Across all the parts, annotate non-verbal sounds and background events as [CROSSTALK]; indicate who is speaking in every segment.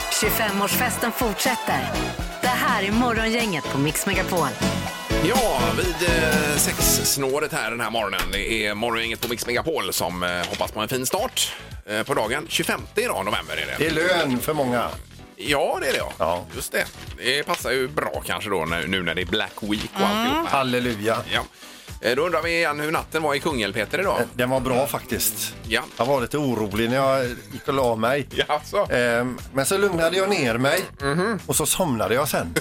Speaker 1: 25-årsfesten fortsätter. Det här är Morgongänget på Mix Megapol.
Speaker 2: Ja, vid eh, sexsnåret här den här morgonen. Det är morgongänget på Mix Megapol som eh, hoppas på en fin start eh, på dagen. 25 idag, november är
Speaker 3: Det
Speaker 2: det.
Speaker 3: är lön för många.
Speaker 2: Ja, det är det ja.
Speaker 3: Ja.
Speaker 2: Just det. Det passar ju bra kanske då när, nu när det är Black Week och alltihopa. här.
Speaker 3: Halleluja.
Speaker 2: Ja. Eh, Då undrar vi igen hur natten var i Kungälv,
Speaker 3: [LAUGHS]
Speaker 2: Peter, idag.
Speaker 3: Den var bra faktiskt.
Speaker 2: Ja.
Speaker 3: Jag var lite orolig när jag gick och la mig.
Speaker 2: Ja, så.
Speaker 3: Ehm, Men så lugnade jag ner mig
Speaker 2: Mhm.
Speaker 3: och så somnade jag
Speaker 2: [LAUGHS]
Speaker 3: sen.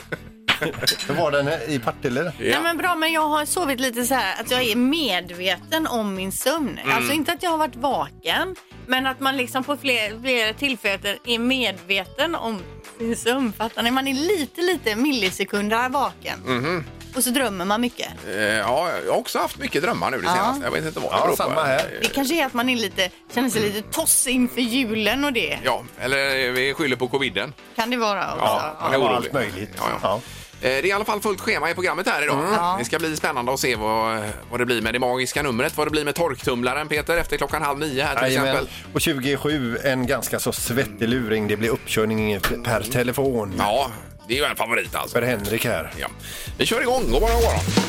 Speaker 3: Hur var den i Partille?
Speaker 2: Ja.
Speaker 4: Nej, men bra, men jag har sovit lite så här att jag är medveten om min sömn.
Speaker 2: Mm.
Speaker 4: Alltså inte att jag har varit vaken, men att man liksom på fler, flera tillfällen är medveten om sin sömn. Fattar ni? Man är lite, lite millisekunder vaken. Och så drömmer man mycket.
Speaker 2: Mhm. Eh, ja, jag har också haft mycket drömmar nu det
Speaker 4: Ja.
Speaker 2: senaste. Jag vet inte vad det
Speaker 3: Ja,
Speaker 2: beror på.
Speaker 3: samma här.
Speaker 4: Det kanske är att man är lite, känner sig lite tossig inför julen och det.
Speaker 2: Mm. Ja, eller eh, vi skyller på coviden.
Speaker 4: Kan det vara också.
Speaker 2: Ja,
Speaker 4: Ja.
Speaker 2: man är
Speaker 3: var
Speaker 2: orolig.
Speaker 3: allt möjligt.
Speaker 2: Ja, ja. Eh, Det är i alla fall fullt schema i programmet här idag.
Speaker 4: Ja.
Speaker 2: Det ska bli spännande att se vad, vad det blir med det magiska numret, vad det blir med torktumlaren Peter efter klockan halv nio här till
Speaker 3: Jajamän.
Speaker 2: exempel.
Speaker 3: Och 27, en ganska så svettig luring. Det blir uppkörning per telefon.
Speaker 2: Ja, det är ju en favorit alltså.
Speaker 3: För Henrik här.
Speaker 2: Ja. Vi kör igång, god morgon, god morgon.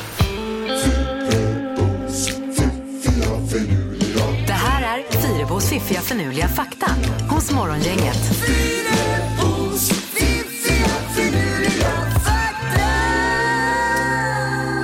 Speaker 1: Det här är Fyrebos fiffiga förnuliga fakta hos Morgongänget.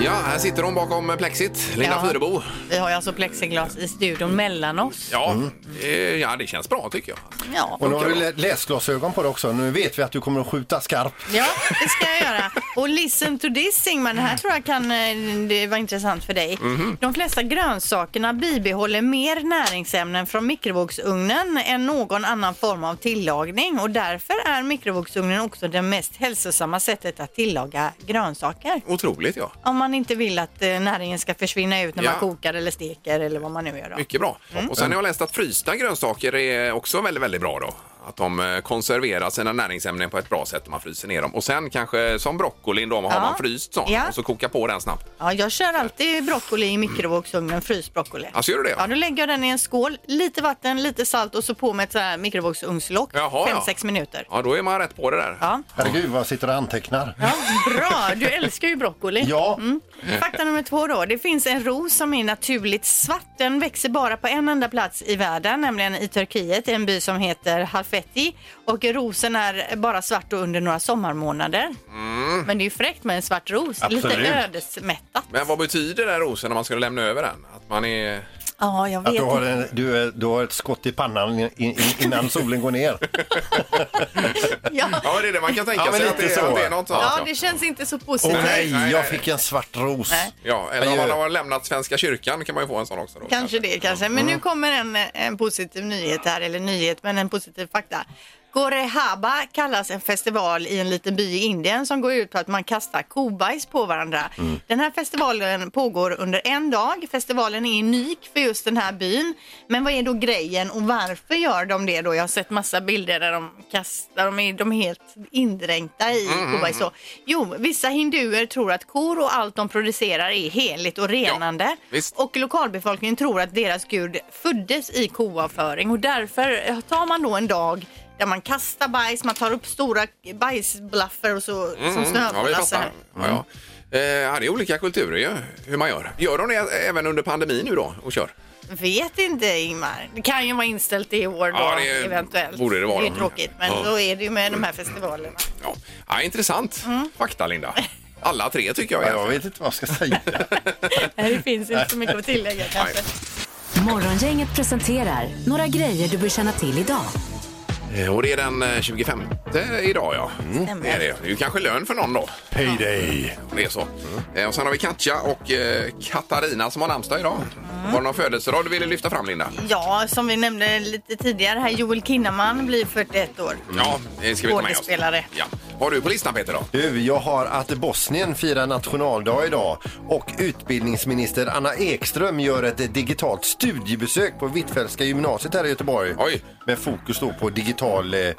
Speaker 2: Ja, här sitter hon bakom plexit, Linda
Speaker 4: Ja.
Speaker 2: Fyrebo.
Speaker 4: Vi har ju alltså plexiglas i studion mellan oss.
Speaker 2: Ja, eh, ja, det känns bra tycker jag.
Speaker 4: Ja,
Speaker 3: Och nu har du lä- läsglasögon på dig också. Nu vet vi att du kommer att skjuta skarpt.
Speaker 4: Ja, det ska jag göra. Och listen to this Ingmar, det här tror jag kan eh, det vara intressant för dig.
Speaker 2: Mhm.
Speaker 4: De flesta grönsakerna bibehåller mer näringsämnen från mikrovågsugnen än någon annan form av tillagning och därför är mikrovågsugnen också det mest hälsosamma sättet att tillaga grönsaker.
Speaker 2: Otroligt ja.
Speaker 4: Om man inte vill att eh, näringen ska försvinna ut när
Speaker 2: Ja.
Speaker 4: man kokar eller steker eller vad man nu gör då.
Speaker 2: Mycket bra.
Speaker 4: Mm.
Speaker 2: Och sen har jag läst att frysta grönsaker är också väldigt, väldigt bra då. Att de eh, konserverar sina näringsämnen på ett bra sätt om man fryser ner dem. Och sen kanske som broccolin då, har
Speaker 4: Ja.
Speaker 2: man fryst sån
Speaker 4: Ja.
Speaker 2: och så kokar på den snabbt.
Speaker 4: Ja, jag kör alltid broccoli i mikrovågsugnen, fryst broccoli.
Speaker 2: Alltså gör du det?
Speaker 4: Ja, då lägger jag den i en skål, lite vatten, lite salt och så på med ett så här mikrovågsugnslock.
Speaker 2: Jaha, ja.
Speaker 4: 5-6 minuter.
Speaker 2: Ja, då är man rätt på det där.
Speaker 4: Ja.
Speaker 3: Herregud, vad jag sitter och antecknar.
Speaker 4: ja, bra. Du älskar ju broccoli.
Speaker 3: Ja.
Speaker 4: Mm. Fakta nummer två då. Det finns en ros som är naturligt svart. Den växer bara på en enda plats i världen, nämligen i Turkiet, i en by som heter Halfeti. Och rosen är bara svart då under några sommarmånader. Men det är ju fräckt med en svart ros.
Speaker 3: Absolut.
Speaker 4: Lite ödesmättat.
Speaker 2: Men vad betyder den här rosen när man ska lämna över den? Att man är...
Speaker 4: Ja, jag
Speaker 3: Att
Speaker 4: vet
Speaker 3: du har,
Speaker 4: inte.
Speaker 3: en, du, är- du har ett skott i pannan in, in, innan solen går
Speaker 2: [LAUGHS]
Speaker 3: ner.
Speaker 4: Ja.
Speaker 2: Ja, det är det man kan tänka
Speaker 3: Ja, men
Speaker 2: sig. Att det,
Speaker 3: lite
Speaker 2: är-
Speaker 3: så.
Speaker 2: att det är något sånt.
Speaker 4: Ja,
Speaker 2: ja.
Speaker 4: det känns inte så
Speaker 3: Åh
Speaker 4: positivt.
Speaker 3: oh, nej,
Speaker 2: nej,
Speaker 3: jag
Speaker 2: nej.
Speaker 3: fick en svart ros.
Speaker 4: Nej.
Speaker 2: Ja, eller om
Speaker 3: Adjö.
Speaker 2: man har lämnat Svenska kyrkan kan man ju få en sån också. Då,
Speaker 4: Kanske det, kanske. Men nu kommer en, en positiv nyhet här, eller nyhet, men en positiv fakta. Gorehaba kallas en festival i en liten by i Indien som går ut på att man kastar kobajs på varandra. Den här festivalen pågår under en dag. Festivalen är unik för just den här byn. Men vad är då grejen och varför gör de det då? Jag har sett massa bilder där de kastar, de är, de är helt indränkta i kobajs. Så. Jo, vissa hinduer tror att kor och allt de producerar är heligt och renande.
Speaker 2: visst.
Speaker 4: Och lokalbefolkningen tror att deras gud föddes i koavföring och därför eh, tar man då en dag där man kastar bajs, man tar upp stora bajsblaffer och så som
Speaker 2: Mm, Ja, vi
Speaker 4: snöbollar. så
Speaker 2: fattar.
Speaker 4: här.
Speaker 2: Ja, ja. Eh, ja, det är olika kulturer ju, hur man gör. Gör de det även under pandemin nu då och kör?
Speaker 4: Vet inte Ingmar. Det kan ju vara inställt i år då
Speaker 2: Ja, det
Speaker 4: eventuellt.
Speaker 2: borde det vara.
Speaker 4: Det är tråkigt men
Speaker 2: Ja.
Speaker 4: så är det ju med de här festivalerna.
Speaker 2: Ja. Ja, intressant
Speaker 4: Mm.
Speaker 2: fakta, Linda. Alla tre tycker jag.
Speaker 3: Ja, jag
Speaker 2: egentligen.
Speaker 3: vet inte vad jag ska
Speaker 2: [LAUGHS]
Speaker 3: säga.
Speaker 4: [LAUGHS] Nej, det finns inte så mycket att tillägga kanske.
Speaker 1: Morgongänget presenterar några grejer du bör känna till idag.
Speaker 2: Eh, Och det är den eh, 25 idag, ja. Det är det. Det är ju kanske lön för någon då,
Speaker 3: Payday.
Speaker 2: om det är så. Eh, Och sen har vi Katja och eh, Katarina som har namnsdag idag. Var det någon födelsedag du ville lyfta fram, Linda?
Speaker 4: Ja, som vi nämnde lite tidigare här, Joel Kinnaman blir 41 år.
Speaker 2: Ja, det ska vi ta med oss.
Speaker 4: Skådespelare.
Speaker 2: Ja. Har du på listan Peter då?
Speaker 3: Du, jag har att Bosnien firar nationaldag idag och utbildningsminister Anna Ekström gör ett digitalt studiebesök på Hvitfeldtska gymnasiet här i Göteborg.
Speaker 2: Oj.
Speaker 3: Med fokus då på digital eh,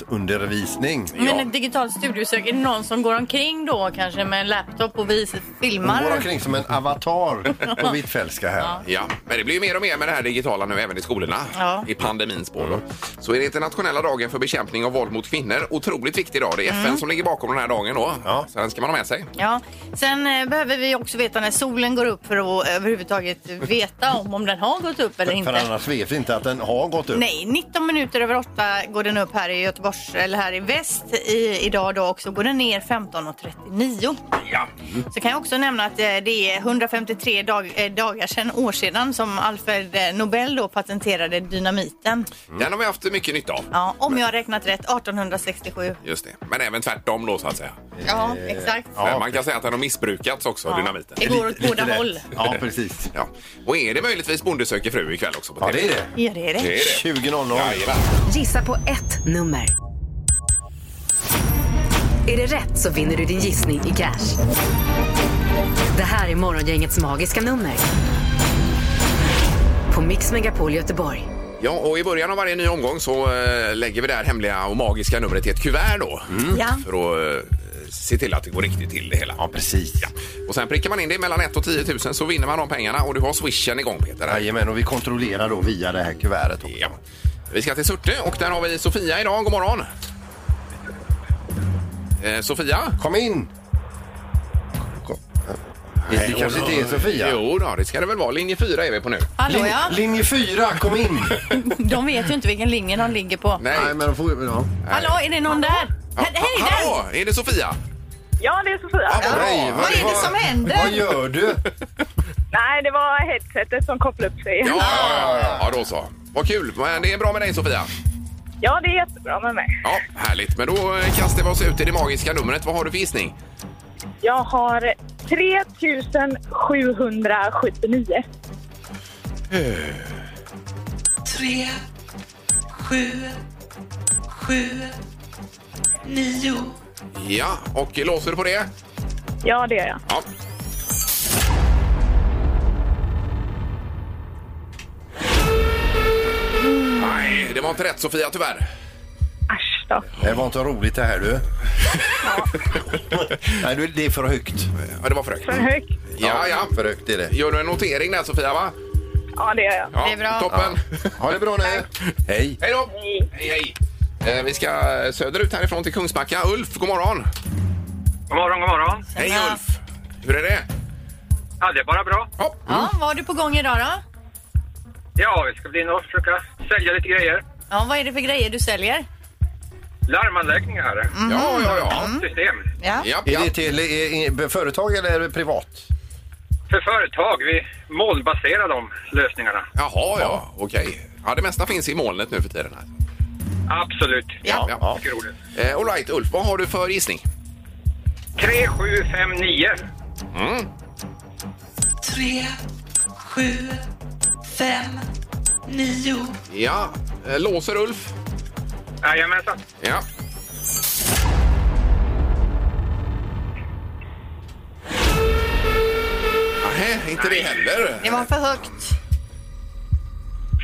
Speaker 3: distansundervisning.
Speaker 4: Men ett digitalt studiosök, är det någon som går omkring då kanske med en laptop och visar
Speaker 3: Hon
Speaker 4: filmar?
Speaker 3: går omkring som en avatar på Hvitfeldtska här.
Speaker 2: Ja, men det blir ju mer och mer med det här digitala nu även i skolorna
Speaker 4: Ja.
Speaker 2: i pandemins spår. Så är det internationella dagen för bekämpning av våld mot kvinnor. Otroligt viktig dag. Det är
Speaker 4: Mm.
Speaker 2: FN som ligger bakom den här dagen då.
Speaker 3: Ja.
Speaker 2: Så den ska man ha med sig.
Speaker 4: Ja, sen eh, behöver vi också veta när solen går upp för att eh, överhuvudtaget veta om, om den har gått upp eller
Speaker 3: För
Speaker 4: inte.
Speaker 3: annars vet vi inte att den har gått upp.
Speaker 4: Nej, 19 minuter över 8 går den upp här i Göteborgs, eller här i väst i, idag då också. Går den ner 15.39.
Speaker 2: Ja.
Speaker 3: Mm.
Speaker 4: Så kan jag också nämna att eh, det är 153 dag, eh, dagar sedan, år sedan, som Alfred eh, Nobel då patenterade dynamiten.
Speaker 2: Den har vi haft mycket nytta av.
Speaker 4: Ja, om jag har räknat rätt, 1867.
Speaker 2: Just det. Men även tvärtom då så att säga.
Speaker 4: Ja, exakt.
Speaker 3: ja,
Speaker 2: Men man kan säga att den har missbrukats också,
Speaker 4: Ja.
Speaker 2: Eh, dynamiten.
Speaker 4: Det går åt
Speaker 3: Lite
Speaker 4: båda
Speaker 3: rätt.
Speaker 4: håll.
Speaker 3: Ja, precis.
Speaker 2: Ja. Och är det möjligtvis Bonde söker fru ikväll också på
Speaker 3: Ja,
Speaker 2: TV?
Speaker 3: det är det.
Speaker 4: Ja, det är det.
Speaker 2: Det är det.
Speaker 3: 20.00.
Speaker 2: Jajamän.
Speaker 1: Gissa på ett nummer. Är det rätt så vinner du din gissning i cash. Det här är Morgongängets magiska nummer. På Mix Megapol Göteborg.
Speaker 2: Ja, och i början av varje ny omgång så eh, lägger vi det här hemliga och magiska numret i ett kuvert då.
Speaker 4: Ja.
Speaker 2: För att eh, se till att det går riktigt till det hela.
Speaker 3: Mm. Ja, precis.
Speaker 2: Och sen prickar man in det mellan 1 och 10 000 så vinner man de pengarna och du har swishen igång Peter. här.
Speaker 3: Jajamän, och vi kontrollerar då via det här kuvertet. också.
Speaker 2: Ja. Vi ska till Surte och där har vi Sofia idag. God morgon! Eh, Sofia?
Speaker 3: Kom in! Kom. Det, det kanske inte är Sofia?
Speaker 2: Jo då, det ska det väl vara. Linje 4 är vi på nu.
Speaker 4: Hallå
Speaker 3: Lin,
Speaker 4: ja,
Speaker 3: Linje 4, kom in!
Speaker 4: de vet ju inte vilken linje de ligger på.
Speaker 2: Nej.
Speaker 3: Nej, men de får... Ja.
Speaker 4: Hallå, är det någon där?
Speaker 2: Ja,
Speaker 4: Hej, hej
Speaker 2: ha-
Speaker 4: där!
Speaker 2: Hallå, är det Sofia?
Speaker 5: Ja, det är Sofia.
Speaker 2: Ja, bra.
Speaker 3: Nej,
Speaker 4: Vad är det som händer?
Speaker 3: Vad gör du?
Speaker 5: Nej, det var headsetet som kopplade upp sig.
Speaker 2: Ja,
Speaker 5: Ja,
Speaker 2: ja, ja. ja, då så. Vad kul. Men det är bra med dig Sofia.
Speaker 5: det är jättebra med mig.
Speaker 2: Ja, härligt. Men då eh, kastar vi oss ut i det magiska numret. Vad har du för gissning?
Speaker 5: Jag har 3779.
Speaker 6: 3, 7, 7, 9.
Speaker 2: Ja, och låser du på det?
Speaker 5: Ja, det är jag.
Speaker 2: Ja. Nej, det var inte rätt Sofia tyvärr.
Speaker 5: Asch då.
Speaker 3: Det var inte roligt det här du. [LAUGHS] Nej, du, det är för högt.
Speaker 2: Ja, det var för högt.
Speaker 5: För högt.
Speaker 2: Ja, ja.
Speaker 3: För högt är det.
Speaker 2: Gör du en notering där Sofia va?
Speaker 5: Ja, det är jag.
Speaker 2: Ja,
Speaker 4: Det är bra.
Speaker 2: Toppen.
Speaker 3: Ha det bra nu. Hej.
Speaker 2: Hej då!
Speaker 5: Hej.
Speaker 2: Hej, hej. Eh, Vi ska söderut härifrån till Kungsbacka. Ulf, god morgon!
Speaker 7: God morgon, god morgon.
Speaker 2: Hej
Speaker 4: Tjena.
Speaker 2: Ulf! Hur är det?
Speaker 7: Ja, det är bara bra.
Speaker 2: Ja,
Speaker 4: Ja, vad har du på gång idag då?
Speaker 7: Ja, vi ska bli in och försöka sälja lite grejer.
Speaker 4: Ja, vad är det för grejer du säljer?
Speaker 7: Larmanläggningar,
Speaker 4: Mm.
Speaker 2: ja, ja. ja.
Speaker 7: system.
Speaker 4: Ja.
Speaker 2: Japp,
Speaker 3: Mm. Är det
Speaker 2: japp.
Speaker 3: till är, är, företag eller är det privat?
Speaker 7: För företag, vi målbaserar de lösningarna.
Speaker 2: Jaha, ja. Okej. Ja, det mesta finns i molnet nu för tiden. Här.
Speaker 7: Absolut.
Speaker 4: Ja.
Speaker 2: Ja.
Speaker 7: Mycket roligt.
Speaker 2: Eh, all right, Ulf, vad har du för gissning?
Speaker 7: 3, 7, 5, 9.
Speaker 6: 3, 7, 5, 9.
Speaker 2: Ja, eh, låser Ulf.
Speaker 7: Jajamensan.
Speaker 2: Ja. Nej, inte det heller.
Speaker 4: Det var för högt.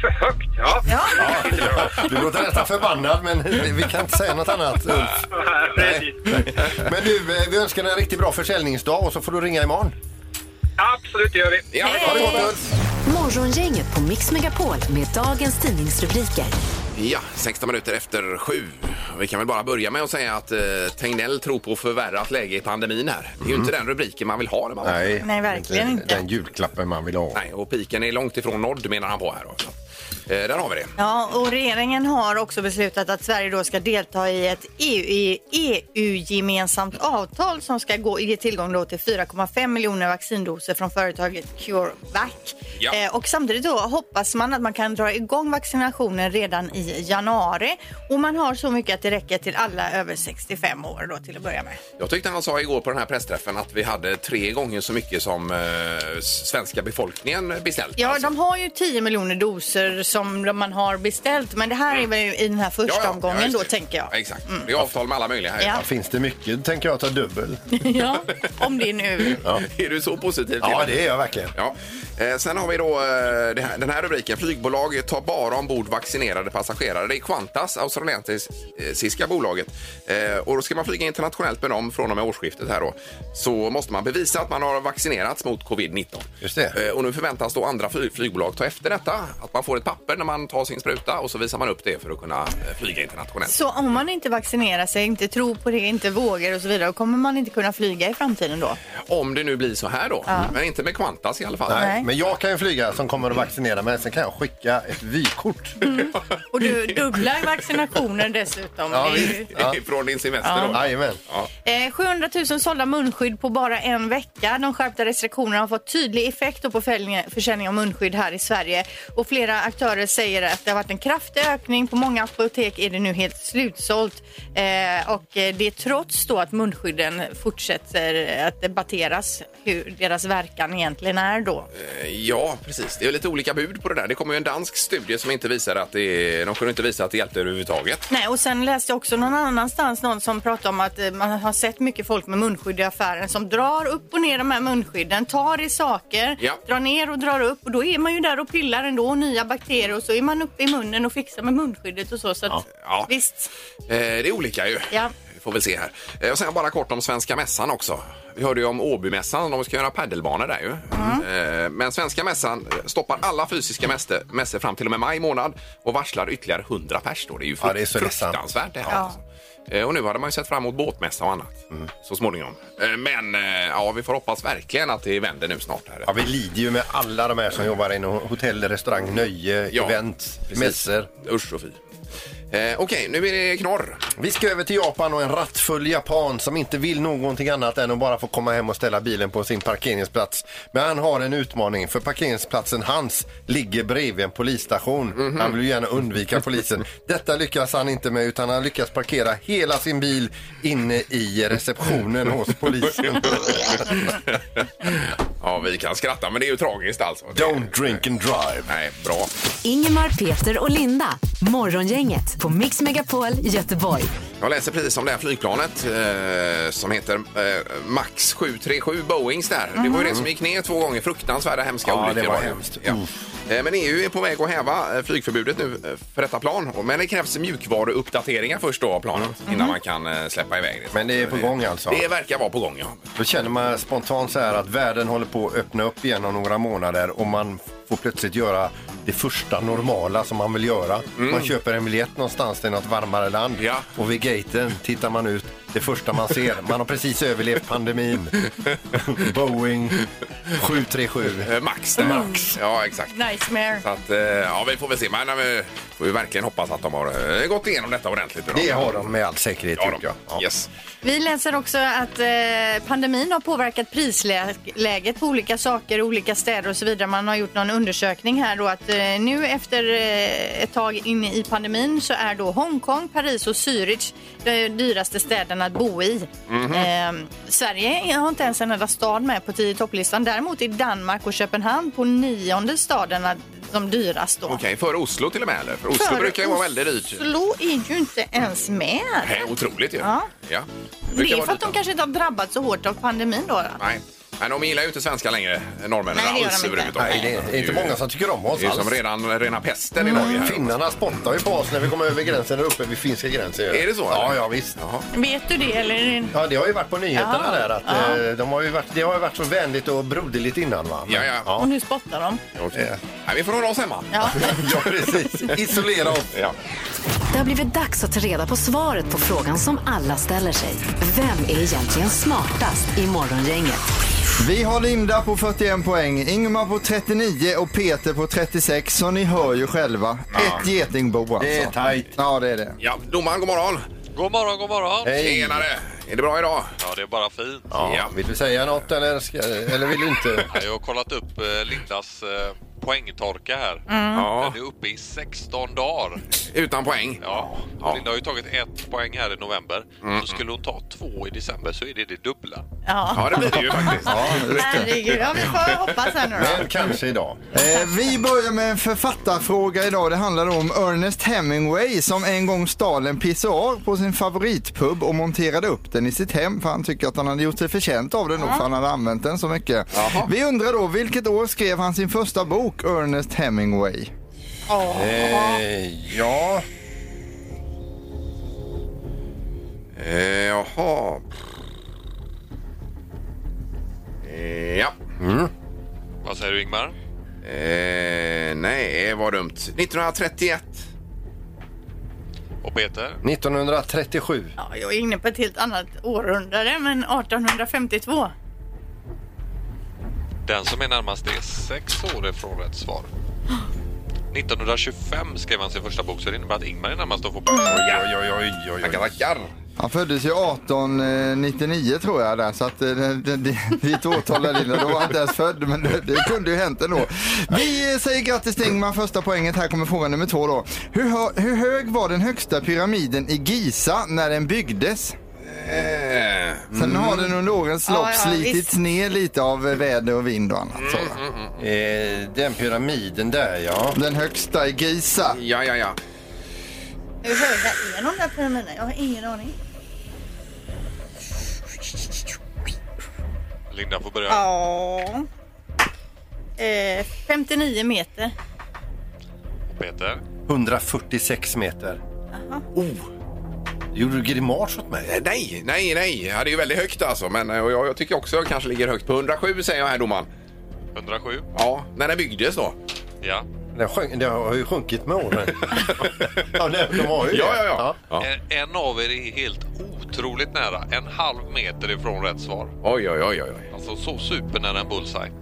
Speaker 7: För högt, ja.
Speaker 4: Ja.
Speaker 3: Du låter nästan förbannad men vi kan inte säga något annat Ulf.
Speaker 7: Precis.
Speaker 3: Men du, eh, vi önskar dig en riktigt bra försäljningsdag och så får du ringa imorgon.
Speaker 7: Absolut, det gör vi.
Speaker 2: Ja,
Speaker 3: Ha det
Speaker 2: det
Speaker 3: gott Ulf.
Speaker 1: Morgongänget på Mix Megapol med dagens tidningsrubriker.
Speaker 2: ja, 16 minuter efter sju. Vi kan väl bara börja med att säga att eh, Tegnell tror på förvärrat läge i pandemin här. Det är ju inte den rubriken man vill ha. Det man
Speaker 3: Mm. Nej,
Speaker 4: Nej, verkligen inte.
Speaker 3: Den julklappen man vill ha.
Speaker 2: Nej, och piken är långt ifrån nådd menar han på här. Också. Eh, där har vi det.
Speaker 4: Ja, och regeringen har också beslutat att Sverige då ska delta i ett EU i EU-gemensamt avtal som ska gå, ge tillgång då till 4,5 miljoner vaccindoser från företaget CureVac.
Speaker 2: Ja.
Speaker 4: Eh, och samtidigt då hoppas man att man kan dra igång vaccinationen redan i januari och man har så mycket att det räcker till alla över 65 år då till att börja med.
Speaker 2: Jag tyckte han sa igår på den här pressträffen att vi hade tre gånger så mycket som eh, s- svenska befolkningen beställt.
Speaker 4: Ja,
Speaker 2: alltså.
Speaker 4: de har ju 10 miljoner doser som de- man har beställt. Men det här
Speaker 2: Mm.
Speaker 4: är väl i den här första omgången
Speaker 2: just
Speaker 4: då,
Speaker 2: det.
Speaker 4: tänker jag. Mm.
Speaker 2: Exakt. Det är avtal med alla möjliga här.
Speaker 4: Ja.
Speaker 3: Finns det mycket tänker jag ta dubbel.
Speaker 4: [LAUGHS] ja, om det nu.
Speaker 2: [LAUGHS] Är du så positiv?
Speaker 3: [LAUGHS] Ja,
Speaker 2: Peter?
Speaker 3: det är jag verkligen.
Speaker 2: Ja. Eh, sen har vi då eh, det här, den här rubriken. Flygbolag tar bara ombord vaccinerade passagerare. Det är Qantas, australiensiska bolaget. Eh, och då ska man flyga internationellt med dem från och med årsskiftet här då. Så måste man bevisa att man har vaccinerats mot covid-19.
Speaker 3: Just det.
Speaker 2: Eh, och nu förväntas då andra fly- flygbolag ta efter detta. Att man får ett papper när man tar sin spruta och så visar man upp det för att kunna eh, flyga internationellt.
Speaker 4: Så om man inte vaccinerar sig, inte tror på det, inte vågar och så vidare, då kommer man inte kunna flyga i framtiden då?
Speaker 2: Om det nu blir så här då. Men inte med Qantas i alla fall.
Speaker 3: Nej,
Speaker 4: Nej.
Speaker 3: men jag kan ju flyga som kommer att vaccinera mig. Sen kan jag skicka ett vykort.
Speaker 4: Och du dubbla vaccinationer dessutom.
Speaker 3: Ja,
Speaker 4: Det är ju-
Speaker 3: visst. Ja.
Speaker 2: [LAUGHS] Från din semester
Speaker 3: [LAUGHS]
Speaker 2: då.
Speaker 3: Jajamän.
Speaker 4: Eh, 700 000 sålda munskydd på bara en vecka. De skärpta restriktionerna har fått tydlig effekt då på försäljning- försäljning av munskydd här i Sverige. Och flera aktörer säger att det har varit en kraftig ökning. På många apotek är det nu helt slutsålt. Eh, och eh, det är trots då att munskydden fortsätter att debatteras hur deras verkan egentligen är då.
Speaker 2: Ja, precis. Det är lite olika bud på det där. Det kommer ju en dansk studie som inte visar att det, de kunde inte visa att det hjälpte överhuvudtaget.
Speaker 4: Nej, och sen läste jag också någon annanstans någon som pratade om att eh, man har sett mycket folk med munskydd i affären som drar upp och ner de här munskydden, tar i saker,
Speaker 2: Ja.
Speaker 4: drar ner och drar upp och då är man ju där och pillar ändå, nya bakterier och så är man uppe i munnen och fixar med munskyddet och så. så att,
Speaker 2: Ja.
Speaker 4: Visst.
Speaker 2: Eh, det är olika ju.
Speaker 4: Ja.
Speaker 2: Vi får väl se här. Eh, och sen bara kort om Svenska Mässan också. Vi hörde ju om Åbymässan, de ska göra paddelbanor där ju.
Speaker 4: Mm.
Speaker 2: Eh, men Svenska Mässan stoppar alla fysiska mäster, mässor fram till och med maj månad och varslar ytterligare 100 pers då. Det är ju
Speaker 3: Ja, det är så ledsamt.
Speaker 2: fruktansvärt det här.
Speaker 4: Ja.
Speaker 2: alltså. Eh, Och nu hade man ju sett fram emot båtmässa och annat
Speaker 3: Mm.
Speaker 2: så småningom. Eh, Men eh, ja, vi får hoppas verkligen att det vänder nu snart. Här.
Speaker 3: Ja, vi lider ju med alla de här som jobbar inom hotell, restaurang, nöje,
Speaker 2: Ja,
Speaker 3: event,
Speaker 2: precis.
Speaker 3: mässor.
Speaker 2: Usch och fy. Eh, Okej, nu är
Speaker 3: [LAUGHS]
Speaker 2: det knorr.
Speaker 3: Vi ska över till Japan och en rattfull japan som inte vill någonting annat än att bara få komma hem och ställa bilen på sin parkeringsplats. Men han har en utmaning för parkeringsplatsen hans ligger bredvid en polisstation. Han vill ju gärna undvika polisen. Detta lyckas han inte med utan han lyckas parkera hela sin bil inne i receptionen hos polisen.
Speaker 2: [LAUGHS] Ja, vi kan skratta, men det är ju tragiskt alltså. Det-
Speaker 3: Don't drink and drive.
Speaker 2: Nej, bra.
Speaker 1: Ingemar, Peter och Linda. Morgongänget på Mix Megapol Göteborg.
Speaker 2: Jag läser precis om det här flygplanet eh, som heter eh, Max 737 Boeings där. Det var ju det som gick ner två gånger. Fruktansvärda hemska
Speaker 3: Mhm. Ja, det
Speaker 2: olyckor.
Speaker 3: var hemskt.
Speaker 2: Ja. Eh, Men EU är på väg att häva eh, flygförbudet nu eh, för detta plan. Och- Men det krävs mjukvaruuppdateringar först då av planet innan man kan eh, släppa iväg det.
Speaker 3: Mhm. Men det är på gång alltså?
Speaker 2: Det verkar vara på gång, ja.
Speaker 3: Då känner man spontant så här att världen håller på att öppna upp igen om några månader och man får plötsligt göra det första normala som man vill göra. Man köper en biljett någonstans till något varmare land
Speaker 2: Mm. Ja.
Speaker 3: och vid gaten tittar man ut. Det första man ser, man har precis överlevt
Speaker 2: [LAUGHS]
Speaker 3: pandemin. Boeing 737.
Speaker 2: Eh, Max
Speaker 4: Mm.
Speaker 2: där. Max. Ja, exakt.
Speaker 4: Nightmare.
Speaker 2: Så att, eh, ja, vi får väl se. Men eh, vi får ju verkligen hoppas att de har eh, gått igenom detta ordentligt. nu då.
Speaker 3: Det har de med all säkerhet
Speaker 2: Ja,
Speaker 3: tycker jag. Ja.
Speaker 2: de. Yes.
Speaker 4: Vi läser också att eh, pandemin har påverkat prisläget på olika saker, olika städer och så vidare. Man har gjort någon undersökning här då att eh, nu efter eh, ett tag in i pandemin så är då Hongkong, Paris och Zürich de dyraste städerna att bo i.
Speaker 2: Mhm.
Speaker 4: eh, Sverige har inte ens en enda stad med på tio topplistan. Däremot är Danmark och Köpenhamn på nionde staderna som dyrast då.
Speaker 2: Okej, före Oslo till och med eller? För Oslo
Speaker 4: För
Speaker 2: brukar ju vara väldigt dyrt.
Speaker 4: Oslo är ju inte ens med.
Speaker 2: Nej, otroligt ju.
Speaker 4: Ja.
Speaker 2: Ja. brukar
Speaker 4: Det är
Speaker 2: vara
Speaker 4: för att de
Speaker 2: dyrt.
Speaker 4: kanske inte har drabbats så hårt av pandemin då. då.
Speaker 2: Nej. Men de gillar ju inte svenska längre, norrmännen
Speaker 4: Nej, det gör
Speaker 2: alls
Speaker 4: de inte.
Speaker 3: Nej,
Speaker 2: överhuvudtaget.
Speaker 3: det är inte
Speaker 2: ju-
Speaker 3: många som tycker om oss
Speaker 2: Det är ju som
Speaker 3: alls.
Speaker 2: redan eh, rena pesten
Speaker 4: Mm.
Speaker 2: i Norge. här.
Speaker 3: Finnarna spottar ju på oss när vi kommer över gränsen där uppe vid finska gränsen.
Speaker 2: Är det så, eller?
Speaker 3: Ja, ja visst.
Speaker 4: Vet du det eller? är det-
Speaker 3: Ja, det har ju varit på nyheterna
Speaker 4: Ja.
Speaker 3: där. Att, eh, de har ju varit, det har ju varit så vänligt och broderligt innan. Va? Men-
Speaker 2: Ja, ja.
Speaker 4: Och nu spottar de.
Speaker 2: Okej. Nej, vi får hålla oss hemma.
Speaker 4: Ja.
Speaker 3: [LAUGHS] ja, precis. Isolera oss.
Speaker 2: Ja.
Speaker 1: Det har blivit dags att ta reda på svaret på frågan som alla ställer sig. Vem är egentligen smartast i Morgongänget?
Speaker 8: Vi har Linda på 41 poäng, Ingmar på 39 och Peter på 36. Så ni hör ju själva. Ett getingbo alltså.
Speaker 3: Det är tajt.
Speaker 8: Ja, det är det.
Speaker 2: ja, domaren, god morgon.
Speaker 9: God morgon, god morgon.
Speaker 3: Hej.
Speaker 2: Tjenare. Är det bra idag?
Speaker 9: Ja, det är bara fint.
Speaker 3: Ja. Vill du säga något eller, ska, eller vill du inte?
Speaker 9: Ja, Jag har kollat upp eh, Lindas eh, poängtorka här.
Speaker 4: Mm.
Speaker 2: Ja.
Speaker 9: Den är uppe i 16 dagar.
Speaker 2: Utan poäng.
Speaker 9: Ja.
Speaker 2: Ja. Mm.
Speaker 9: Linda har ju tagit ett poäng här i november. Så skulle hon ta två i december så är det det dubbla.
Speaker 4: Ja.
Speaker 2: Ja, det blir det ju faktiskt.
Speaker 4: Herregud, ja, vi får hoppas här nu då.
Speaker 3: Men kanske idag.
Speaker 8: Eh, vi börjar med en författarfråga idag. Det handlar då om Ernest Hemingway som en gång stal en pissoar på sin favoritpub och monterade upp den i sitt hem för han tycker att han hade gjort sig förtjänt av den och för han hade använt den så mycket. Vi undrar då, vilket år skrev han sin första bok, Ernest Hemingway?
Speaker 3: Eh, ja,
Speaker 2: Eh, jaha. Eh, ja.
Speaker 9: Vad säger du Ingmar?
Speaker 2: Eh, nej, vad dumt. 1931.
Speaker 9: Och Peter?
Speaker 3: 1937.
Speaker 4: Ja, jag är inne på ett helt annat århundrade, men 1852.
Speaker 9: Den som är närmast är sex år ifrån rätt svar. 1925 skrev han sin första bok så det innebär att Ingmar är närmast att få poäng.
Speaker 3: Oj, oj, oj, oj,
Speaker 2: Tackar,
Speaker 3: oj.
Speaker 2: tackar.
Speaker 8: Han föddes ju 1899 tror jag där, så att eh, det- det- det- ditt årtal där lilla, då var han inte ens född, men det, det kunde ju hänt ändå. Vi eh, säger grattis till Ingmar, första poänget. Här kommer fråga nummer två då. Hur, hö- hur hög var den högsta pyramiden i Giza när den byggdes?
Speaker 2: Eh,
Speaker 8: Sen har den under årens
Speaker 4: Ja,
Speaker 8: lopp
Speaker 4: Mm. ja,
Speaker 8: slitits
Speaker 4: visst. Mm.
Speaker 8: ner lite av eh, väder och vind och annat. sådant.
Speaker 3: Eh, den pyramiden där, ja.
Speaker 8: Den högsta i Giza.
Speaker 2: ja, ja, ja.
Speaker 4: Hur höga är de där pyramiderna? Jag har ingen aning.
Speaker 9: Linda får börja.
Speaker 4: Ja. Eh, 59 meter.
Speaker 9: Och Peter?
Speaker 3: 146 meter. Oh! Gjorde du grimas åt mig?
Speaker 2: Eh, Nej, nej, nej. Ja, det är ju väldigt högt alltså. Men eh, och jag, jag tycker också jag kanske ligger högt. På 107 säger jag här domaren.
Speaker 9: 107?
Speaker 2: Ja, när den byggdes då.
Speaker 9: Ja.
Speaker 3: Den, sjönk, den har ju sjunkit med åren. ja, de, de har ju det.
Speaker 2: Ja, ja, ja. ja.
Speaker 9: En- En av er är helt otroligt nära. En halv meter ifrån rätt svar.
Speaker 2: Oj, oj, oj, oj. oj.
Speaker 9: Alltså så supernära en bullseye.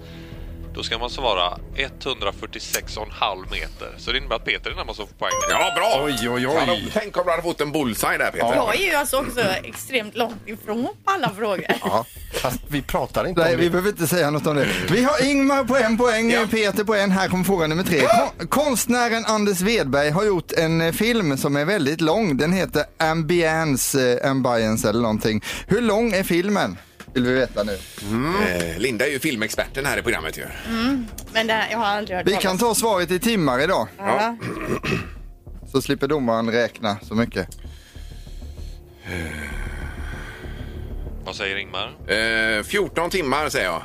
Speaker 9: Då ska man svara 146,5 meter. Så det innebär att Peter är närmast att få poäng.
Speaker 2: Ja, bra!
Speaker 3: Oj, oj, oj.
Speaker 2: Hallå, tänk om du hade fått en bullseye där, Peter.
Speaker 4: Jag är ju alltså också extremt långt ifrån på alla frågor.
Speaker 3: Ja, Fast vi pratar inte
Speaker 8: Nej,
Speaker 3: om
Speaker 8: vi
Speaker 3: det.
Speaker 8: behöver inte säga något om det. Vi har Ingmar på en poäng,
Speaker 2: Ja.
Speaker 8: Peter på en. Här kommer fråga nummer tre. Kon konstnären Anders Wedberg har gjort en eh, film som är väldigt lång. Den heter Ambience, eh, Ambience eller någonting. Hur lång är filmen? Vill vi veta nu.
Speaker 2: Eh, Linda är ju filmexperten här i programmet ju.
Speaker 4: Men det här, jag har aldrig hört
Speaker 8: Vi kan ta svaret i timmar idag.
Speaker 4: Ja.
Speaker 8: Så slipper domaren räkna så mycket.
Speaker 9: Vad säger Ingmar?
Speaker 2: Eh, 14 timmar säger jag.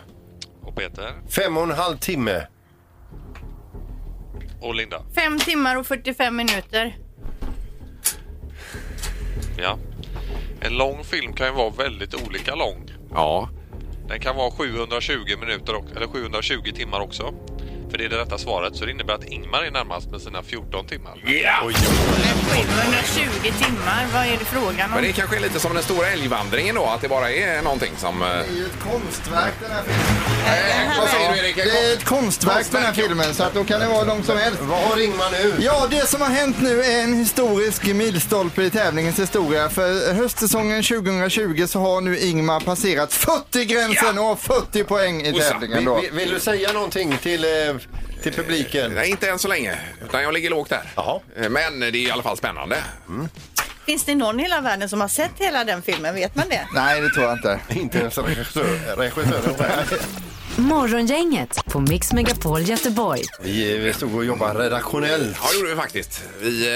Speaker 9: Och Peter?
Speaker 3: Fem och en halv timme.
Speaker 9: Och Linda?
Speaker 4: Fem timmar och 45 minuter.
Speaker 9: Ja. En lång film kan ju vara väldigt olika lång.
Speaker 2: Ja.
Speaker 9: Den kan vara 720 minuter och, eller 720 timmar också. För det är det rätta svaret, så det innebär att Ingmar är närmast med sina 14 timmar.
Speaker 2: Yeah!
Speaker 4: 720 timmar, vad är det frågan
Speaker 2: Men
Speaker 4: om?
Speaker 2: det kanske är lite som den stora älgvandringen då, att det bara är någonting som... eh,
Speaker 8: Det är ju ett konstverk den här filmen.
Speaker 2: Vad säger du Erik?
Speaker 8: Eh, Det är ett konstverk den här filmen så att då kan det vara lång som helst.
Speaker 3: Vad har Ingmar nu?
Speaker 8: Ja, det som har hänt nu är en historisk milstolpe i tävlingens historia. För höstsäsongen 2020 så har nu Ingmar passerat 40-gränsen och har 40 poäng i
Speaker 2: Ossa,
Speaker 8: tävlingen då.
Speaker 3: Vill, vill du säga någonting till, eh, till publiken?
Speaker 2: Nej, inte än så länge. Utan jag ligger lågt där.
Speaker 3: Jaha.
Speaker 2: Eh, Men det är i alla fall spännande.
Speaker 4: Finns det någon i hela världen som har sett hela den filmen? Vet man det?
Speaker 8: Nej, det tror jag inte.
Speaker 3: Inte ens regissör- regissören själv.
Speaker 1: Morgongänget på Mix Megapol Göteborg.
Speaker 3: Vi eh, vi stod och jobbade redaktionellt.
Speaker 2: Ja, det gjorde vi faktiskt. Vi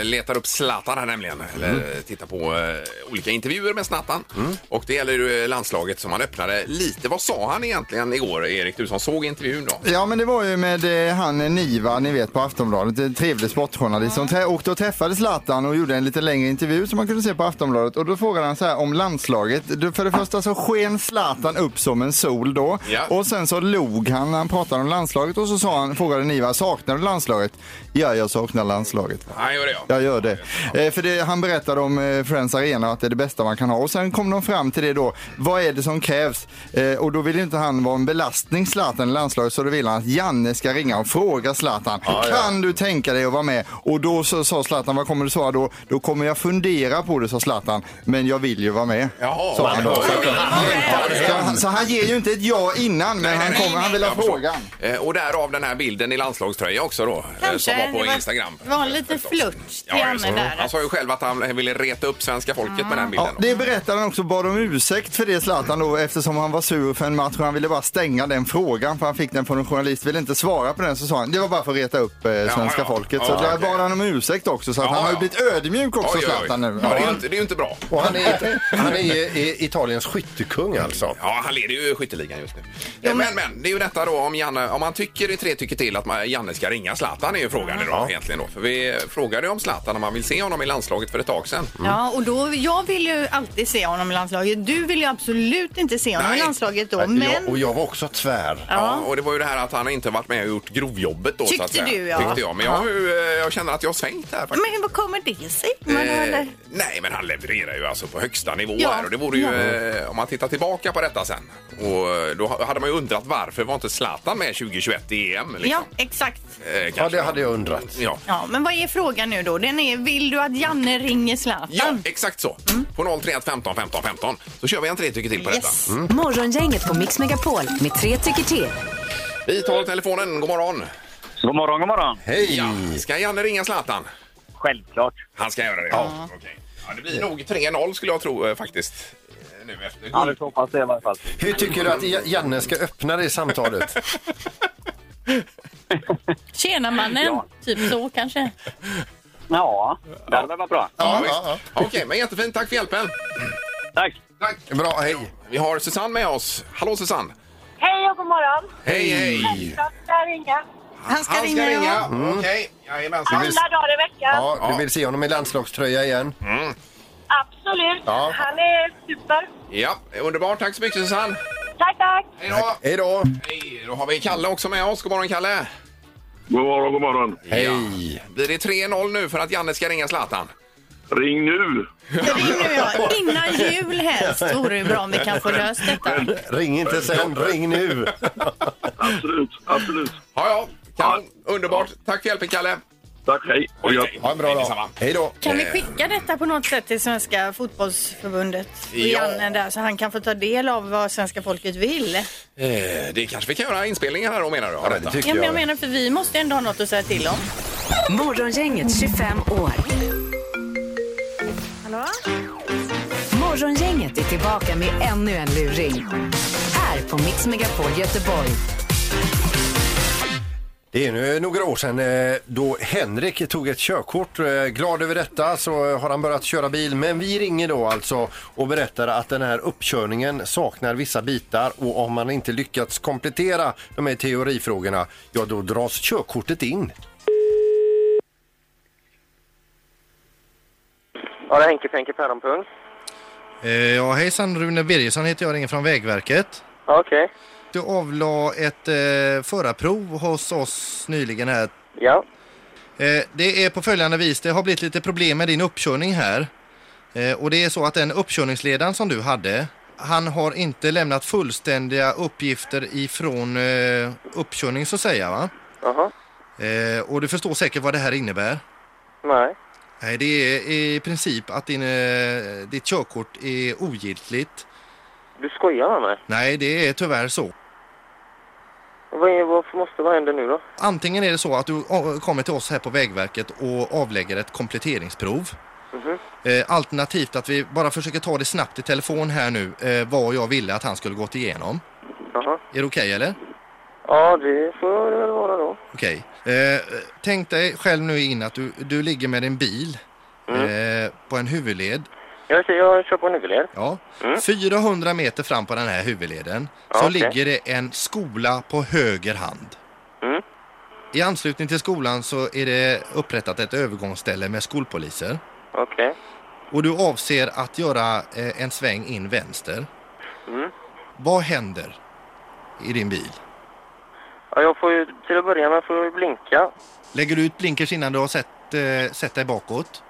Speaker 2: eh, letar upp Zlatan här nämligen. Eller tittar på eh, olika intervjuer med Zlatan. Och det gäller ju eh, landslaget som han öppnade lite. Vad sa han egentligen igår, Erik? Du som såg intervjun då?
Speaker 8: Ja, men det var ju med eh, han eh, Niva, ni vet på Aftonbladet, en trevlig sportjournalist som trä- åkte och träffade Zlatan och gjorde en lite längre intervju som man kunde se på Aftonbladet. Och då frågade han så här om landslaget. Du, För det första så sken Zlatan upp som en sol då.
Speaker 2: Ja.
Speaker 8: Och sen så log han när han pratade om landslaget och så sa han, frågade Niva, saknar du landslaget? Ja, jag saknar landslaget.
Speaker 2: Han gör det, ja.
Speaker 8: Jag gör det. Eh, för det, han berättade om eh, Friends Arena, att det är det bästa man kan ha. Och sen kom de fram till det då, vad är det som krävs? Eh, och då vill inte han vara en belastning, Zlatan, i landslaget, så då vill han att Janne ska ringa och fråga Zlatan,
Speaker 2: Ah,
Speaker 8: kan du tänka dig att vara med? Och då så, sa Zlatan, vad kommer du svara då? Då kommer jag fundera på det, sa Zlatan, men jag vill ju vara med.
Speaker 2: Jaha,
Speaker 8: sa han då.
Speaker 2: oj, oj, oj.
Speaker 8: Så han, så han ger ju inte ett ja innan, han, men han, kommer, han vill ha
Speaker 2: Jag förstår.
Speaker 8: frågan.
Speaker 2: Eh, Och därav den här bilden i landslagströja också då. eh,
Speaker 4: Kanske.
Speaker 2: Som var på
Speaker 4: Det var-
Speaker 2: Instagram.
Speaker 4: det var en liten
Speaker 2: Förstås.
Speaker 4: flört till
Speaker 2: just
Speaker 4: henne
Speaker 2: det.
Speaker 4: där.
Speaker 2: Han sa ju själv att han ville reta upp svenska folket med den
Speaker 8: Ja,
Speaker 2: bilden.
Speaker 8: det berättade han också, bad om ursäkt för det Zlatan då eftersom han var sur för en match och han ville bara stänga den frågan för han fick den från en journalist, ville inte svara på den så sa han, det var bara för att reta upp eh, svenska
Speaker 2: ja.
Speaker 8: folket.
Speaker 2: Ja,
Speaker 8: så där
Speaker 2: okej.
Speaker 8: bad han om ursäkt också så att
Speaker 2: Ja,
Speaker 8: han har ju
Speaker 2: ja.
Speaker 8: blivit ödmjuk också Zlatan nu.
Speaker 2: Ja, det, är
Speaker 8: Ja.
Speaker 2: ju inte, det är ju inte bra.
Speaker 10: Och han är, han är, är Italiens skyttekung alltså.
Speaker 2: Ja, han leder ju skytteligan just nu.
Speaker 4: Jo,
Speaker 2: Eh, men,
Speaker 4: men-
Speaker 2: men det är ju detta då om Janne, om man tycker i tre tycker till att man, Janne ska ringa Zlatan är ju frågan idag egentligen då. För vi frågade ju om Zlatan om man vill se honom i landslaget för ett tag sedan.
Speaker 4: Ja, och då, jag vill ju alltid se honom i landslaget. Du vill ju absolut inte se honom
Speaker 2: Nej.
Speaker 4: i landslaget då.
Speaker 10: Nej,
Speaker 4: Men
Speaker 10: Jag, och jag var också tvär.
Speaker 2: Ja, och det var ju det här att han inte varit med och gjort grovjobbet då så
Speaker 4: Tyckte
Speaker 2: att säga.
Speaker 4: du, ja.
Speaker 2: Tyckte jag. Men jag, har ju, eh, jag känner att jag har svängt här faktiskt.
Speaker 4: Men vad kommer det sig? Man
Speaker 2: Eh,
Speaker 4: hade-
Speaker 2: nej, men han levererar ju alltså på högsta nivå
Speaker 4: Ja.
Speaker 2: här och det vore ju, eh, om man tittar tillbaka på detta sen, och eh, då hade man ju undrat varför var inte Zlatan med 2021 i EM? Liksom.
Speaker 4: Ja, exakt.
Speaker 2: Eh, kanske.
Speaker 10: Ja, det hade jag undrat.
Speaker 2: Ja.
Speaker 4: Ja, men vad är frågan nu då? Den är, vill du att Janne ringer Zlatan?
Speaker 2: Ja, exakt så.
Speaker 4: Mm.
Speaker 2: På 031 15 15 15 så kör vi en tre tycker till på detta. Mm.
Speaker 4: Yes.
Speaker 1: Mm. Morgongänget på Mix Megapol med tre tycker till.
Speaker 2: Vi tar telefonen. God morgon.
Speaker 11: God morgon, god morgon.
Speaker 10: Hej!
Speaker 2: Ja. Ska Janne ringa Zlatan?
Speaker 11: Självklart.
Speaker 2: Han ska göra det? Ja. Okej. Ja, det blir nog 3-0 skulle jag tro eh, faktiskt. Eh, Nu efter.
Speaker 11: Alldeles hoppas det i alla fall.
Speaker 10: Hur tycker du att Ja- Janne ska öppna det samtalet?
Speaker 12: Tjena mannen,
Speaker 11: Ja.
Speaker 12: typ så kanske.
Speaker 11: Ja, det hade väl varit bra.
Speaker 10: Ja,
Speaker 2: visst.
Speaker 10: ja,
Speaker 2: Okej, men jättefint. Tack för hjälpen.
Speaker 11: Tack.
Speaker 10: ja. Bra, hej.
Speaker 2: Vi har Susanne med oss. Hallå Susanne!
Speaker 5: Hej och god morgon.
Speaker 2: Hej, hej!
Speaker 5: Jag ska ringa
Speaker 4: Han ska
Speaker 2: Han
Speaker 4: ringa. ja.
Speaker 2: Okej, jajamensan.
Speaker 5: alla dagar i veckan.
Speaker 10: Ja, du vill se honom i landslagströja igen?
Speaker 5: Absolut.
Speaker 10: Ja.
Speaker 5: Han är super.
Speaker 2: Ja, underbart. Tack så mycket Susanne.
Speaker 5: Tack, tack.
Speaker 2: Hej då!
Speaker 10: Hej då!
Speaker 2: Hej, då har vi Kalle också med oss. God morgon Kalle!
Speaker 11: God morgon, god morgon.
Speaker 10: Hej!
Speaker 2: Blir det 3-0 nu för att Janne ska ringa Zlatan?
Speaker 11: Ring nu.
Speaker 4: Ring nu ja. Innan jul helst vore det bra om vi kan få löst detta.
Speaker 10: Ring inte sen, ring nu!
Speaker 11: Absolut, absolut.
Speaker 2: Ja, ja. Kanon. Underbart. Tack för hjälpen, Kalle.
Speaker 11: Tack, hej. Och gött.
Speaker 10: Ha en bra dag.
Speaker 2: Detsamma.
Speaker 10: Hej då!
Speaker 4: Kan vi
Speaker 2: Eh.
Speaker 4: skicka detta på något sätt till Svenska fotbollsförbundet och
Speaker 2: Ja.
Speaker 4: Janne där så han kan få ta del av vad svenska folket vill?
Speaker 2: Eh, Det kanske vi kan göra inspelningen här då, menar du? Ja,
Speaker 10: det tycker
Speaker 12: Ja, men jag
Speaker 10: jag.
Speaker 12: menar för vi måste ändå ha något att säga till om.
Speaker 1: Morgongänget 25 år.
Speaker 4: Hallå?
Speaker 1: Morgongänget är tillbaka med ännu en luring. Här på Mix Megapol Göteborg.
Speaker 10: Det är nu några år sedan eh, då Henrik tog ett körkort. Eh, Glad över detta så eh, har han börjat köra bil. Men vi ringer då alltså och berättar att den här uppkörningen saknar vissa bitar och om man inte lyckats komplettera de här teorifrågorna, ja då dras körkortet in.
Speaker 5: Ja, det är Henke Fenke Päronpung.
Speaker 3: Eh, Ja, hejsan. Rune Birgersson heter jag, ringer från Vägverket.
Speaker 5: Okej.
Speaker 3: Du avlade ett eh, förarprov hos oss nyligen här.
Speaker 5: Ja.
Speaker 3: Eh, det är på följande vis, det har blivit lite problem med din uppkörning här. Eh, och det är så att den uppkörningsledaren som du hade, han har inte lämnat fullständiga uppgifter ifrån eh, uppkörning så att säga va?
Speaker 5: Jaha.
Speaker 3: Eh, och du förstår säkert vad det här innebär.
Speaker 5: Nej.
Speaker 3: Nej, det är i princip att din, eh, ditt körkort är ogiltigt.
Speaker 5: Du skojar med mig.
Speaker 3: Nej, det är tyvärr så.
Speaker 5: Vad är, varför måste, vad händer nu då?
Speaker 3: Antingen är det så att du a- kommer till oss här på Vägverket och avlägger ett kompletteringsprov.
Speaker 5: Mhm.
Speaker 3: Eh, Alternativt att vi bara försöker ta det snabbt i telefon här nu, eh, vad jag ville att han skulle gått igenom.
Speaker 5: Jaha.
Speaker 3: Är det okej eller?
Speaker 5: Ja, det får det väl vara då.
Speaker 3: Okej. Eh, tänk dig själv nu in att du, du ligger med din bil
Speaker 10: Mm.
Speaker 3: eh, på en huvudled.
Speaker 5: Jag, jag kör på en huvudled.
Speaker 3: Ja.
Speaker 5: Mm.
Speaker 3: 400 meter fram på den här huvudleden
Speaker 5: Ja,
Speaker 3: så
Speaker 5: okej.
Speaker 3: ligger det en skola på höger hand.
Speaker 5: Mm.
Speaker 3: I anslutning till skolan så är det upprättat ett övergångsställe med skolpoliser.
Speaker 5: Okej.
Speaker 3: Och du avser att göra eh, en sväng in vänster.
Speaker 5: Mm.
Speaker 3: Vad händer i din bil?
Speaker 5: Ja, jag får ju till att börja med får jag blinka.
Speaker 3: Lägger du ut blinkers innan du har sett, eh, sett dig bakåt?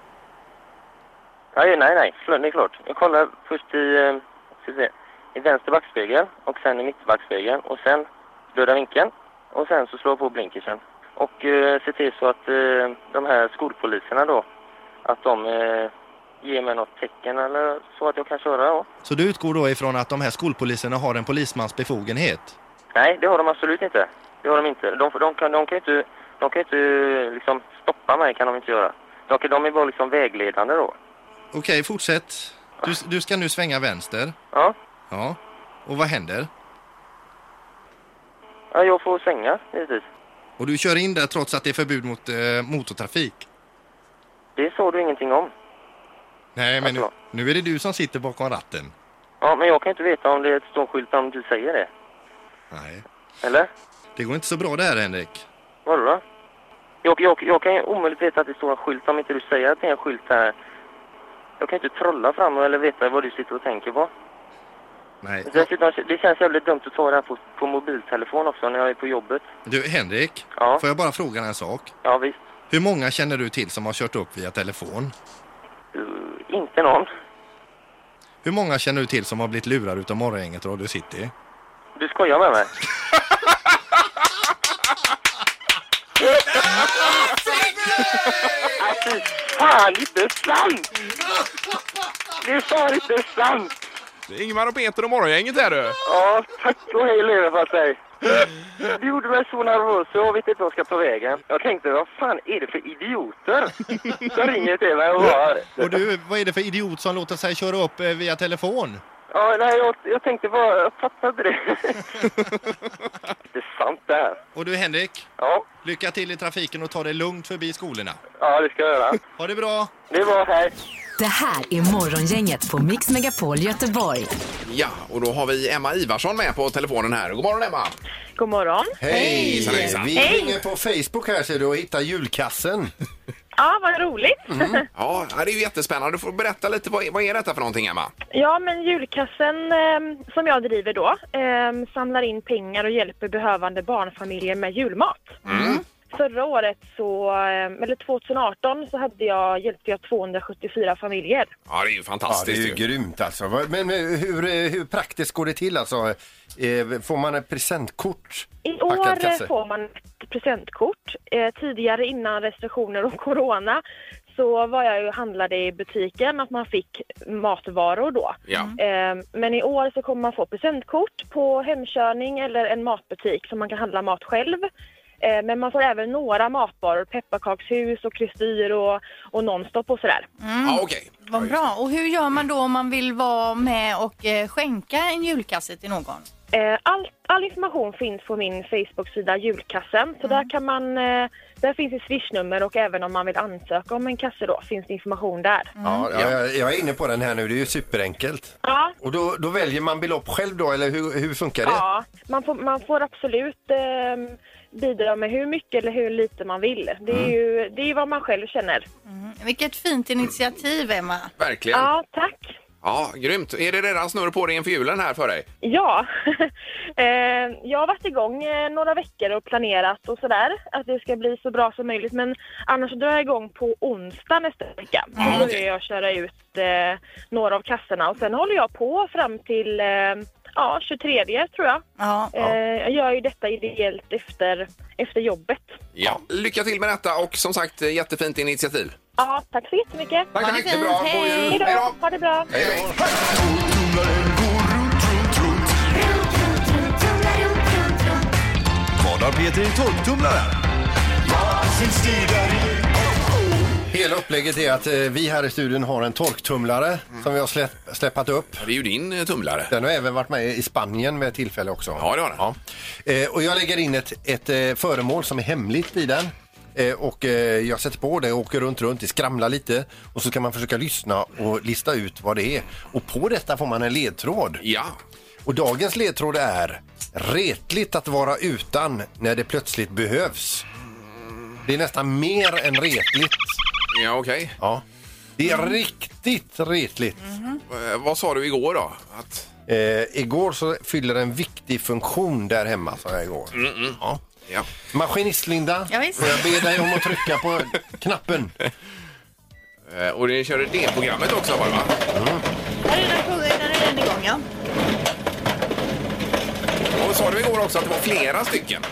Speaker 5: Nej, nej, nej. Förlåt, det är klart. Jag kollar först i, eh, ska vi se, i vänster backspegel och sen i mittbackspegeln och sen döda vinkeln och sen så slår jag på blinkersen. Och eh, ser till så att eh, de här skolpoliserna då, att de eh, ger mig något tecken eller så att jag kan köra då.
Speaker 3: Så du utgår då ifrån att de här skolpoliserna har en polismans befogenhet?
Speaker 5: Nej, det har de absolut inte. Det har de inte. De, de, kan, de kan ju inte, de kan ju inte liksom stoppa mig, kan de inte göra. De, kan- de är bara liksom vägledande då.
Speaker 13: Okej, fortsätt. Du, du ska nu svänga vänster.
Speaker 5: Ja.
Speaker 13: Ja. Och vad händer?
Speaker 5: Ja, jag får svänga, givetvis.
Speaker 13: Och du kör in där trots att det är förbud mot eh, motortrafik?
Speaker 5: Det sa du ingenting om.
Speaker 13: Nej, men nu,
Speaker 5: Alltså.
Speaker 13: nu är det du som sitter bakom ratten.
Speaker 5: Ja, men jag kan inte veta om det står en skylt om du säger det.
Speaker 13: Nej.
Speaker 5: Eller?
Speaker 13: Det går inte så bra det här, Henrik.
Speaker 5: Vadå då? Jag, jag, jag kan ju omöjligt veta att det står en skylt om inte du säger att det är en skylt här. Jag kan ju inte trolla fram eller veta vad du sitter och tänker på.
Speaker 13: Nej.
Speaker 5: Dessutom, det känns jävligt dumt att ta det här på, på mobiltelefon också när jag är på jobbet.
Speaker 13: Du, Henrik.
Speaker 5: Ja.
Speaker 13: Får jag bara fråga en sak?
Speaker 5: Ja, visst.
Speaker 13: Hur många känner du till som har kört upp via telefon?
Speaker 5: Inte någon.
Speaker 13: Hur många känner du till som har blivit lurade utav morgongänget Radio City?
Speaker 5: Du skojar med mig. Alltså, fan inte sant! Det är fan inte sant!
Speaker 2: Det är Ingmar och Peter och morgongänget här du.
Speaker 5: Ja, tack och hej leverpastej. Du gjorde mig så nervös så jag vet inte vad jag ska ta vägen. Jag tänkte, vad fan är det för idioter som ringer till mig och bara...
Speaker 13: Och du, vad är det för idiot som låter sig köra upp eh, via telefon? [LAUGHS]
Speaker 5: Ja, nej, jag, jag tänkte bara, jag fattade det. Det är sant det här.
Speaker 13: Och du, Henrik.
Speaker 5: Ja.
Speaker 13: Lycka till i trafiken och ta det lugnt förbi skolorna.
Speaker 5: Ja, det ska jag göra.
Speaker 13: Ha det bra!
Speaker 5: Det var hej.
Speaker 1: Det här är Morgongänget på Mix Megapol Göteborg.
Speaker 2: Ja, och då har vi Emma Ivarsson med på telefonen här. God morgon
Speaker 10: [LAUGHS]
Speaker 2: Emma!
Speaker 14: God morgon.
Speaker 2: Hejsan, hejsan.
Speaker 3: Vi
Speaker 14: Hej.
Speaker 3: ringer på Facebook här ser du och hittar julkassen.
Speaker 14: Ja, vad roligt.
Speaker 2: Mhm. Ja, det är ju jättespännande. Du får berätta lite. Vad är, vad är detta för någonting Emma?
Speaker 14: ja, men julkassen ehm, som jag driver då ehm, samlar in pengar och hjälper behövande barnfamiljer med julmat. Förra året, så, ehm, eller 2018, så hade jag, hjälpte jag 274 familjer.
Speaker 2: Ja, det är ju
Speaker 3: Ja, det är
Speaker 2: fantastiskt.
Speaker 3: ju grymt alltså. Vad- Men eh, hur, eh, hur praktiskt går det till alltså? Eh, Får man ett presentkort?
Speaker 14: I
Speaker 3: Packad
Speaker 14: år eh,
Speaker 3: kasse.
Speaker 14: får man ett presentkort. Eh, tidigare innan restriktioner och corona så var jag ju och handlade i butiken att man fick matvaror då.
Speaker 6: Ja.
Speaker 14: Eh, men i år så kommer man få presentkort på hemkörning eller en matbutik så man kan handla mat själv. Eh, men man får även några matvaror, pepparkakshus och kristyr och, och nonstop och sådär.
Speaker 4: Mm.
Speaker 2: Ja, okej.
Speaker 4: Vad bra. Och hur gör man då om man vill vara med och eh, skänka en julkasse till någon?
Speaker 14: Eh, All, all information finns på min Facebook-sida Julkassen. Så där, kan man, eh, där finns ett swishnummer och även om man vill ansöka om en kasse då finns det information där.
Speaker 3: Ja, ja, jag, jag är inne på den här nu. Det är ju superenkelt.
Speaker 14: Mm. Ja.
Speaker 3: Och då, då väljer man belopp själv då, eller hur, hur funkar det?
Speaker 14: Ja, man får, man får absolut eh, bidra med hur mycket eller hur lite man vill. Det är, ju, det är ju vad man själv känner.
Speaker 4: Mm, Vilket fint initiativ, Emma.
Speaker 2: Verkligen. Ja.
Speaker 14: tack.
Speaker 2: grymt. Är det redan snurr på det inför julen här för dig?
Speaker 14: Ja, [LAUGHS] eh, jag har varit igång eh, några veckor och planerat och sådär att det ska bli så bra som möjligt. Men annars drar jag igång på onsdag nästa vecka.
Speaker 2: Ah,
Speaker 14: Då
Speaker 6: Mm,
Speaker 14: börjar
Speaker 6: okej.
Speaker 14: jag köra ut eh, några av kassorna och sen håller jag på fram till eh, ja, 23 tror jag.
Speaker 4: Ja.
Speaker 14: Eh, jag gör ju detta ideellt efter, efter jobbet.
Speaker 2: Ja. Lycka till med detta och som sagt jättefint initiativ.
Speaker 14: Ja, tack så jättemycket.
Speaker 2: Tack,
Speaker 14: ha
Speaker 2: tack.
Speaker 14: det
Speaker 2: Det är
Speaker 14: fint.
Speaker 2: bra. God jul.
Speaker 14: Hej
Speaker 2: Hej
Speaker 14: då. Ha det bra.
Speaker 15: Vad har Peter i torktumlaren?
Speaker 3: Hela upplägget är att eh, vi här i studion har en torktumlare
Speaker 14: Mm.
Speaker 3: som vi har släpp, släppat upp.
Speaker 2: Det är ju din eh, tumlare.
Speaker 3: Den har även varit med i Spanien vid ett tillfälle också.
Speaker 2: Ja, det har den.
Speaker 3: Eh, och jag lägger in ett, ett eh, föremål som är hemligt i den. Eh, och eh, jag sätter på det och åker runt, runt, det skramlar lite. Och så kan man försöka lyssna och lista ut vad det är. Och på detta får man en ledtråd.
Speaker 2: Ja.
Speaker 3: Och dagens ledtråd är retligt att vara utan när det plötsligt behövs. Det är nästan mer än retligt.
Speaker 2: Ja, okej.
Speaker 3: Ja. Det är riktigt retligt.
Speaker 2: Eh, Vad sa du igår då? Att...
Speaker 3: Eh, igår så fyller en viktig funktion där hemma, sa jag igår.
Speaker 2: Mm.
Speaker 3: Ja.
Speaker 2: Ja.
Speaker 3: Maskinist-Linda,
Speaker 4: Ja, visst.
Speaker 3: får jag be dig om att trycka på knappen?
Speaker 2: Eh, Och ni körde det programmet också var det va?
Speaker 4: Där är den, där är den igång, ja.
Speaker 2: Och sa du igår också att det var flera stycken?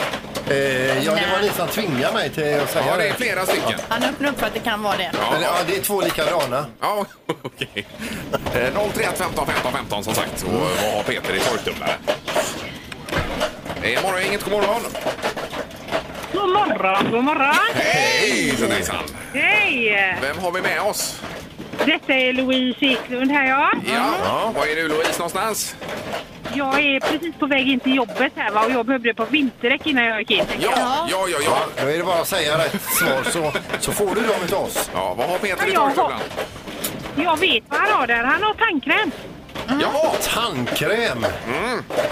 Speaker 3: Eh, ja, det var ni som tvingade mig till att säga
Speaker 2: Ja, det är flera stycken.
Speaker 4: Han öppnar upp för att det kan vara det.
Speaker 3: Ja. Eller, ja, det är två likadana.
Speaker 2: Ja, okej. Eh, 031 15 15 15 som sagt. Och vad har Peter i torktumlaren? Det är morgon, inget god morgon.
Speaker 10: God morgon, god morgon.
Speaker 2: Hejsan hejsan.
Speaker 10: Hej!
Speaker 2: Vem har vi med oss?
Speaker 10: Detta är Louise Eklund här ja.
Speaker 2: Ja, var är du Louise någonstans?
Speaker 10: Jag är precis på väg in till jobbet här va och jag behövde ett par vinterdäck innan jag gick in. tänker jag.
Speaker 2: ja, ja, ja.
Speaker 3: Då är det bara att säga rätt svar så, så får du dem utav oss.
Speaker 2: Ja, vad har Peter
Speaker 10: i Ja, jag har- torktumlaren? Jag vet vad han har där. Han har tandkräm.
Speaker 2: Jaha!
Speaker 3: Tandkräm!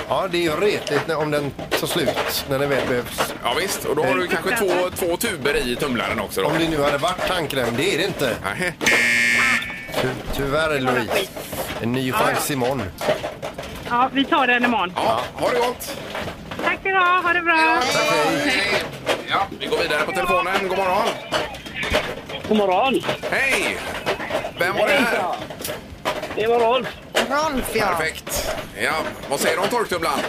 Speaker 3: Ja, det är ju retligt när, om den tar slut när den väl behövs.
Speaker 2: Ja, visst, och då har du kanske två, två tuber i tumlaren också. Då.
Speaker 3: Om det nu hade varit tandkräm, det är det inte.
Speaker 2: Nej.
Speaker 3: Ty, tyvärr Louise. En ny chans imorgon.
Speaker 10: Ja, vi tar den imorgon.
Speaker 2: Ja, ha det gott!
Speaker 10: Tack ska du ha. Ha det bra.
Speaker 2: Ja, vi går vidare på telefonen. God morgon!
Speaker 16: God morgon!
Speaker 2: Hej! Vem var det här?
Speaker 16: Det var Rolf.
Speaker 4: Rolf, ja.
Speaker 2: Perfekt. Ja, vad säger du om torktumlaren? [LAUGHS]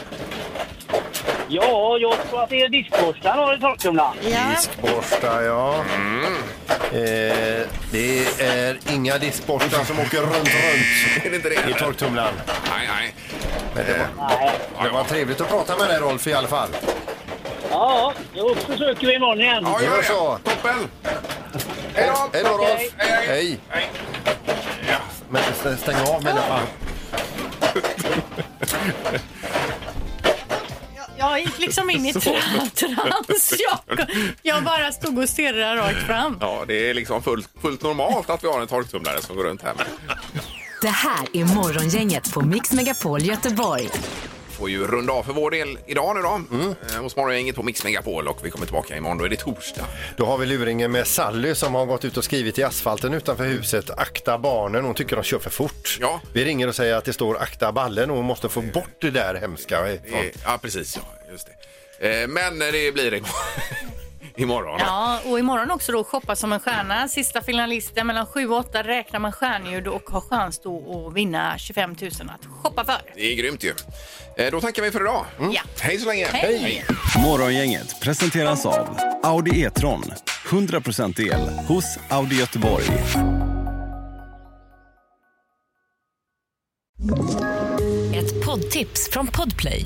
Speaker 16: Ja, jag tror att det är diskborsten har i torktumlaren.
Speaker 3: Diskborstar, ja. Eh, det är inga diskborstar som åker runt, runt
Speaker 2: Är det inte det?
Speaker 3: i torktumlaren.
Speaker 2: Nej, nej.
Speaker 3: Men det var, det var trevligt att prata med dig Rolf i alla fall.
Speaker 16: Ja, då försöker vi imorgon igen.
Speaker 3: Ja, gör så.
Speaker 2: Toppen!
Speaker 3: Hej då Rolf! Hej!
Speaker 2: Ja,
Speaker 3: Men st- stäng av mina fan.
Speaker 17: Jag gick liksom in i
Speaker 2: Så.
Speaker 17: tra- trans. [LAUGHS] Jag, jag bara stod och stirrade rakt fram.
Speaker 2: Ja, det är liksom fullt, fullt normalt att vi har en torktumlare som går runt här. Men
Speaker 1: Det här är Morgongänget på Mix Megapol Göteborg.
Speaker 2: får ju runda av för vår del idag nu då. Eh, Hos Morgongänget på Mix Megapol och vi kommer tillbaka imorgon. Då är det torsdag.
Speaker 3: Då har vi luringen med Sally som har gått ut och skrivit i asfalten utanför huset. Akta barnen, hon tycker de kör för fort.
Speaker 2: Ja.
Speaker 3: Vi ringer och säger att det står akta ballen och hon måste få bort det där hemska.
Speaker 2: Eh, Ja, precis. Ja, just det. Eh, Men det [LAUGHS] blir imorgon. imorgon.
Speaker 17: Ja, och imorgon också då shoppa som en stjärna. Sista finalisten mellan 7 och 8 räknar man stjärnljud och har chans då att vinna 25 000 att shoppa för.
Speaker 2: Det är grymt ju. Eh, Då tackar vi för idag.
Speaker 17: Ja.
Speaker 2: Hej så länge.
Speaker 17: Mm. Hej. Hej.
Speaker 15: Morgongänget presenteras av Audi E-tron. 100% el hos Audi Göteborg.
Speaker 18: Ett poddtips från Podplay.